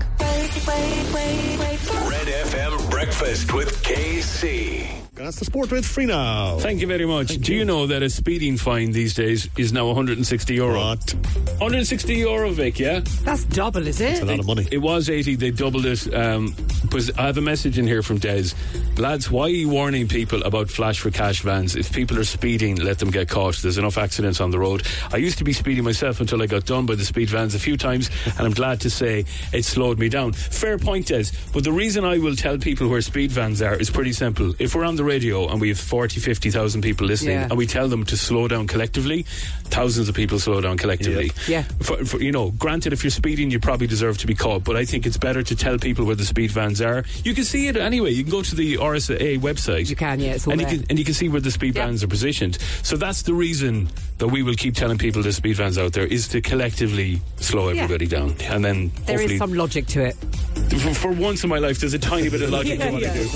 Red FM Breakfast with KC. That's the sport with free now. Thank you very much. Do you. know that a speeding fine these days is now 160 euro? 160 euro, Vic, yeah? That's double, is it? money. It was 80. They doubled it. Um, because I have a message in here from Des. Lads, why are you warning people about flash for cash vans? If people are speeding, let them get caught. There's enough accidents on the road. I used to be speeding myself until I got done by the speed vans a few times, and I'm glad to say it slowed me down. Fair point, Des. But the reason I will tell people where speed vans are is pretty simple. If we're on the radio and we have 40, 50,000 people listening, Yeah. and we tell them to slow down collectively, thousands of people slow down collectively Yeah. for, for, you know, granted, if you're speeding, you probably deserve to be caught. But I think it's better to tell people where the speed vans are. You can see it anyway. You can go to the RSA website. You can, yeah, it's all and there. You can, and you can see where the speed vans are positioned. So that's the reason that we will keep telling people the speed vans out there is to collectively slow Yeah. everybody down, and then There hopefully, is some logic to it. for, for once in my life, there's a tiny bit of logic to what I do.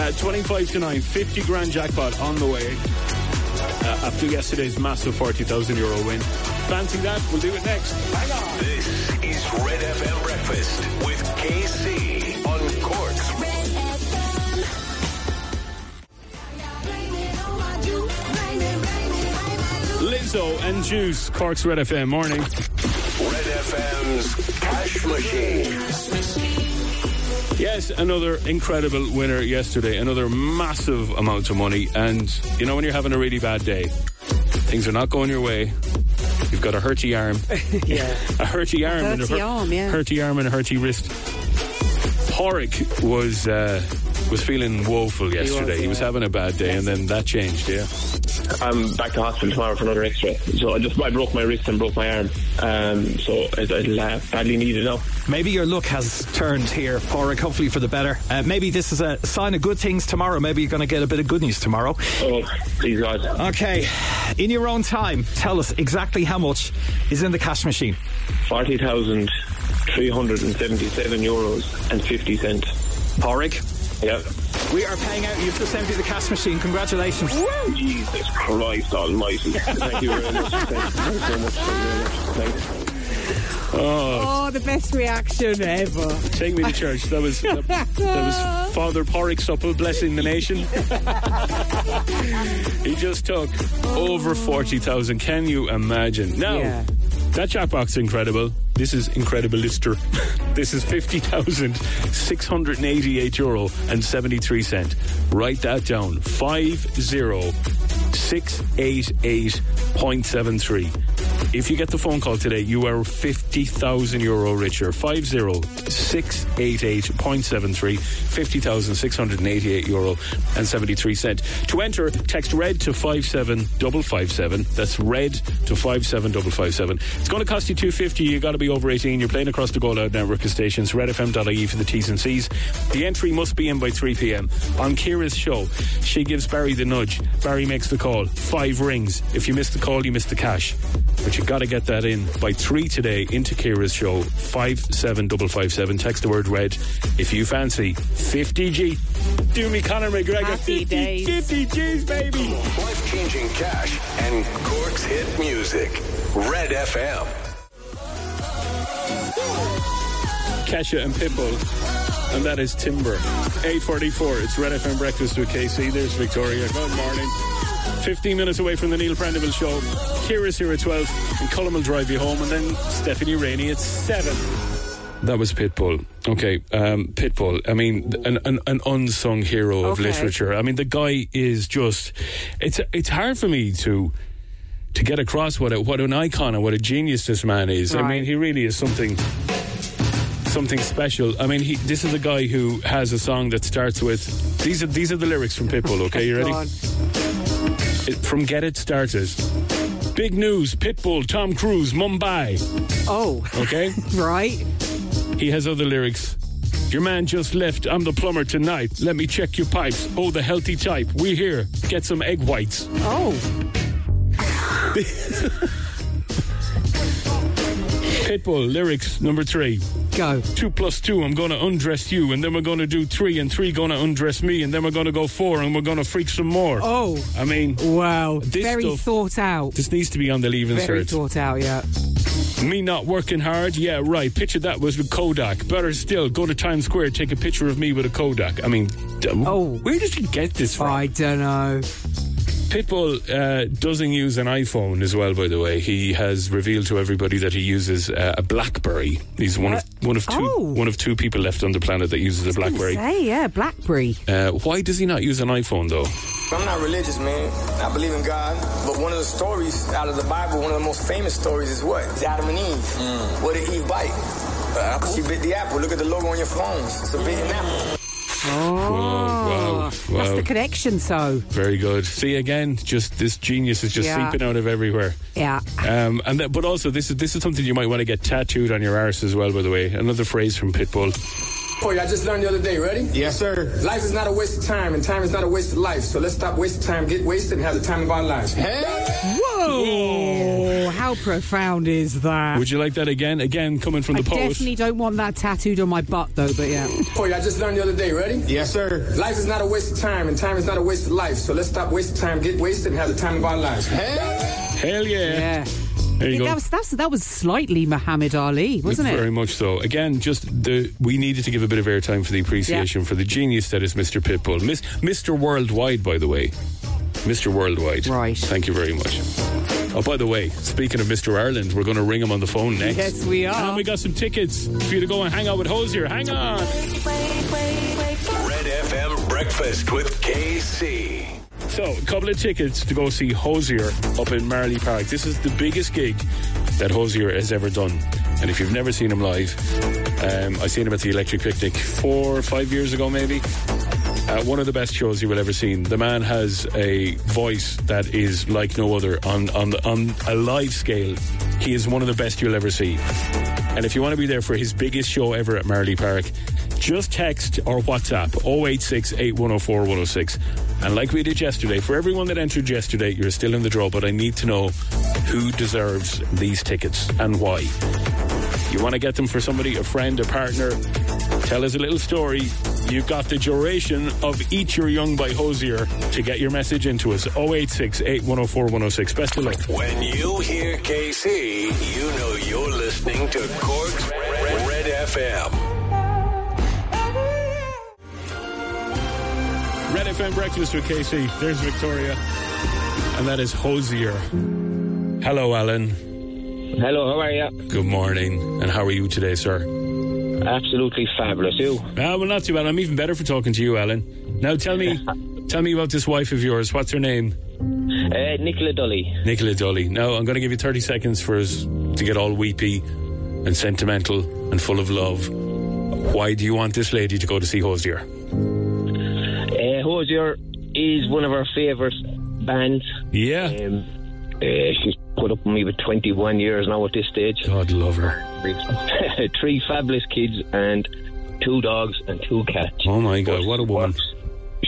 Uh, 25 to 9, 50 grand jackpot on the way uh, after yesterday's massive 40,000 euro win. Fancy that? We'll do it next. This is Red FM Breakfast with KC on Cork's Lizzo and Juice, Cork's Red FM morning. Red FM's Cash Machine. Yes, another incredible winner yesterday, another massive amount of money. And you know, when you're having a really bad day, things are not going your way. You've got a hurty arm, yeah, a hurty arm, and a Hurty arm, yeah. hurty arm and a hurty wrist. Porrick was uh, was feeling woeful was, yesterday. He was, yeah. having a bad day, and then that changed. Yeah, I'm back to hospital tomorrow for another X-ray. So I just I broke my wrist and broke my arm. Um, so it, it'll uh, badly needed now. Maybe your luck has turned here, Porrick, hopefully for the better. Uh, maybe this is a sign of good things tomorrow. Maybe you're going to get a bit of good news tomorrow. Oh, please God. Okay, in your own time, tell us exactly how much is in the cash machine. Forty thousand three hundred and seventy-seven euros and fifty cent. Porrig. Yep. We are paying out. You've just emptied the cash machine. Congratulations. Jesus Christ Almighty! Thank you very much. Thank you so much. Thank you. oh, Oh, the best reaction ever. take me to church. That was that, that was Father Porrick Supple blessing the nation. He just took over 40,000. Can you imagine? Now, Yeah. that jackpot's incredible. This is incredible lister. this is 50,688 euro and 73 cent. Write that down. 50688.73. If you get the phone call today, you are 50,000 euro richer. 50688.73. 50,688 euro and 73 cent. To enter, text red to 57557. That's red to 57557. It's going to cost you 250. You got to be over 18. You're playing across the Gold Out network of stations. redfm.ie for the T's and C's. The entry must be in by 3 p.m. On Kira's show, she gives Barry the nudge. Barry makes the call. Five rings. If you miss the call, you miss the cash. But you got to get that in by three today into Kira's show. Five seven double five seven. Text the word red if you fancy fifty G. Do me Conor McGregor. 50 Happy days. Fifty G's, baby. Life changing cash and Cork's hit music. Red FM. Kesha and Pitbull, and that is Timber. Eight forty four. It's Red FM Breakfast with KC. There's Victoria. Good morning. Fifteen minutes away from the Neil Prendeville show. Kira's here at twelve, and Cullum will drive you home, and then Stephanie Rainey at seven. That was Pitbull. Okay, um, Pitbull. I mean, th- an, an, an unsung hero of Okay. literature. I mean, the guy is just. It's it's hard for me to to get across what a, what an icon and what a genius this man is. I mean, he really is something something special. I mean, he, this is a guy who has a song that starts with these are these are the lyrics from Pitbull. Okay, you ready? Go on. It, from Get It Started. Big news: Pitbull, Tom Cruise, Mumbai. Oh, okay, right. He has other lyrics. Your man just left. I'm the plumber tonight. Let me check your pipes. Oh, the healthy type. We here. Get some egg whites. Oh. Pitbull lyrics number three. Go. Two plus two, I'm gonna undress you, and then we're gonna do three, and three gonna undress me, and then we're gonna go four, and we're gonna freak some more. Oh. I mean, wow. This Very stuff- thought out. This needs to be on the leave Very insert. thought out, yeah. Me not working hard? Yeah, right. Picture that was with Kodak. Better still, go to Times Square, take a picture of me with a Kodak. I mean, d- Oh. where did you get this from? I don't know. Pitbull uh, doesn't use an iPhone as well, by the way. He has revealed to everybody that he uses uh, a BlackBerry. He's one of one of two Oh. one of two people left on the planet that uses a BlackBerry. Say, yeah, Blackberry. Uh, why does he not use an iPhone though? I'm not religious, man. I believe in God. But one of the stories out of the Bible, one of the most famous stories is what? It's Adam and Eve. Mm. What did Eve bite? Uh, she bit the apple. Look at the logo on your phones. It's a bitten Mm. apple. Oh, That's wow. the connection, so. Very good. See again, just this genius is just Yeah. seeping out of everywhere. Yeah. Um, and that, but also this is this is something you might want to get tattooed on your arse as well. By the way, another phrase from Pitbull. For you, I just learned the other day. Ready? Yes, sir. Life is not a waste of time, and time is not a waste of life. So let's stop wasting time, get wasted, and have the time of our lives. Whoa! Oh, How profound is that? Would you like that again? Again, coming from Ah. I the poet. definitely don't want that tattooed on my butt, though, but yeah. For you, I just learned the other day. Ready? Yes, sir. Life is not a waste of time, and time is not a waste of life. So let's stop wasting time, get wasted, and have the time of our lives. Hell yeah! There you go. That was, that's, that was slightly Muhammad Ali, wasn't it? Very much so. Again, just the we needed to give a bit of airtime for the appreciation for the genius that is Mr. Pitbull, Miss, Mr. Worldwide, by the way, Mr. Worldwide. Right. Thank you very much. Oh, by the way, speaking of Mr. Ireland, we're going to ring him on the phone next. Yes, we are. And we got some tickets for you to go and hang out with Hosier. Hang on. Red FM Breakfast with KC. So, a couple of tickets to go see Hosier up in Marley Park. This is the biggest gig that Hosier has ever done. And if you've never seen him live, um, I seen him at the Electric Picnic four or five years ago, maybe. Uh, one of the best shows you will ever seen. The man has a voice that is like no other on on the- on a live scale. He is one of the best you'll ever see. And if you want to be there for his biggest show ever at Marley Park, just text or WhatsApp 086 8104 106. And like we did yesterday, for everyone that entered yesterday, you're still in the draw, but I need to know who deserves these tickets and why. You want to get them for somebody, a friend, a partner? Tell us a little story. You've got the duration of Eat Your Young by Hosier to get your message into us 086 8104 106. Best of luck. When you hear KC, you know you're listening to Cork's Red, Red FM. Red FM Breakfast with Casey. There's Victoria. And that is Hosier. Hello, Alan. Hello, how are you? Good morning. And how are you today, sir? Absolutely fabulous. You? Ah, well, not too bad. I'm even better for talking to you, Alan. Now, tell me, tell me about this wife of yours. What's her name? Uh, Nicola Dolly. Nicola Dolly. Now, I'm going to give you 30 seconds for us to get all weepy and sentimental and full of love. Why do you want this lady to go to see Hosier? Uh, Hosier is one of our favourite bands. Yeah. Um, uh, she's put up with me with 21 years now at this stage. God love her. Three fabulous kids and two dogs and two cats. Oh my God, what a woman.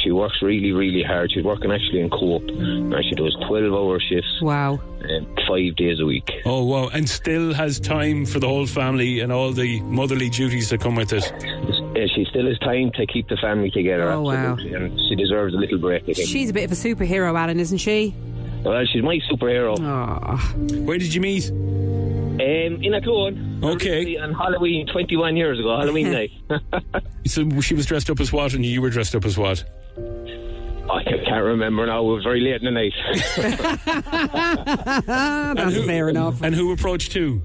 she works really, really hard. She's working actually in co op and she does 12 hour shifts. Wow. Um, five days a week. Oh, wow. And still has time for the whole family and all the motherly duties that come with it. Uh, she still has time to keep the family together. Oh, wow. absolutely, And she deserves a little break, I think. She's a bit of a superhero, Alan, isn't she? Well, she's my superhero. Where did you meet? Um, in a clone. Okay. On Halloween, 21 years ago, Halloween night. So she was dressed up as what and you were dressed up as what? I ca- can't remember now. It was very late in the night. That's fair enough. And who approached who?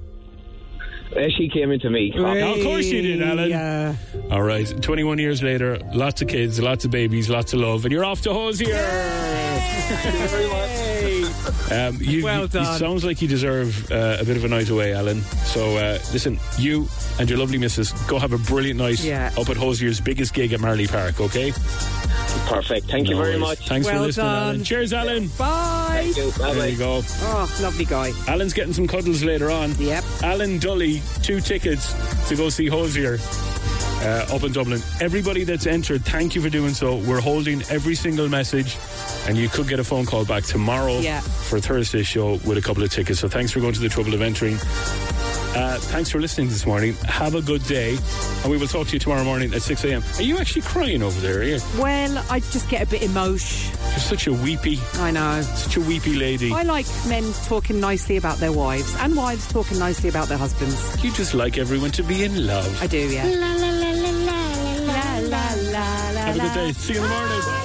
Uh, she came into me. Of course you did, Alan. All right. 21 years later, lots of kids, lots of babies, lots of love, and you're off to Hosier. Um, you, Well you- done. It sounds like you deserve uh, a bit of a night away, Alan. So uh, listen, you and your lovely missus, go have a brilliant night Yeah. up at Hosier's biggest gig at Marley Park, okay? Perfect. Thank you very much. Thanks for Well listening, Alan. done. Cheers, Alan. Bye. There you go. Oh, lovely guy. Alan's getting some cuddles later on. Yep. Alan Dully, two tickets to go see Hosier uh, up in Dublin. Everybody that's entered, thank you for doing so. We're holding every single message, and you could get a phone call back tomorrow Yeah. for Thursday's show with a couple of tickets. So thanks for going to the trouble of entering. Uh, thanks for listening this morning. Have a good day, and we will talk to you tomorrow morning at 6 a.m. Are you actually crying over there? Are you? Well, I just get a bit emotion. You're such a weepy. I know. Such a weepy lady. I like men talking nicely about their wives and wives talking nicely about their husbands. You just like everyone to be in love. I do, yeah. Have a good day. See you in the morning.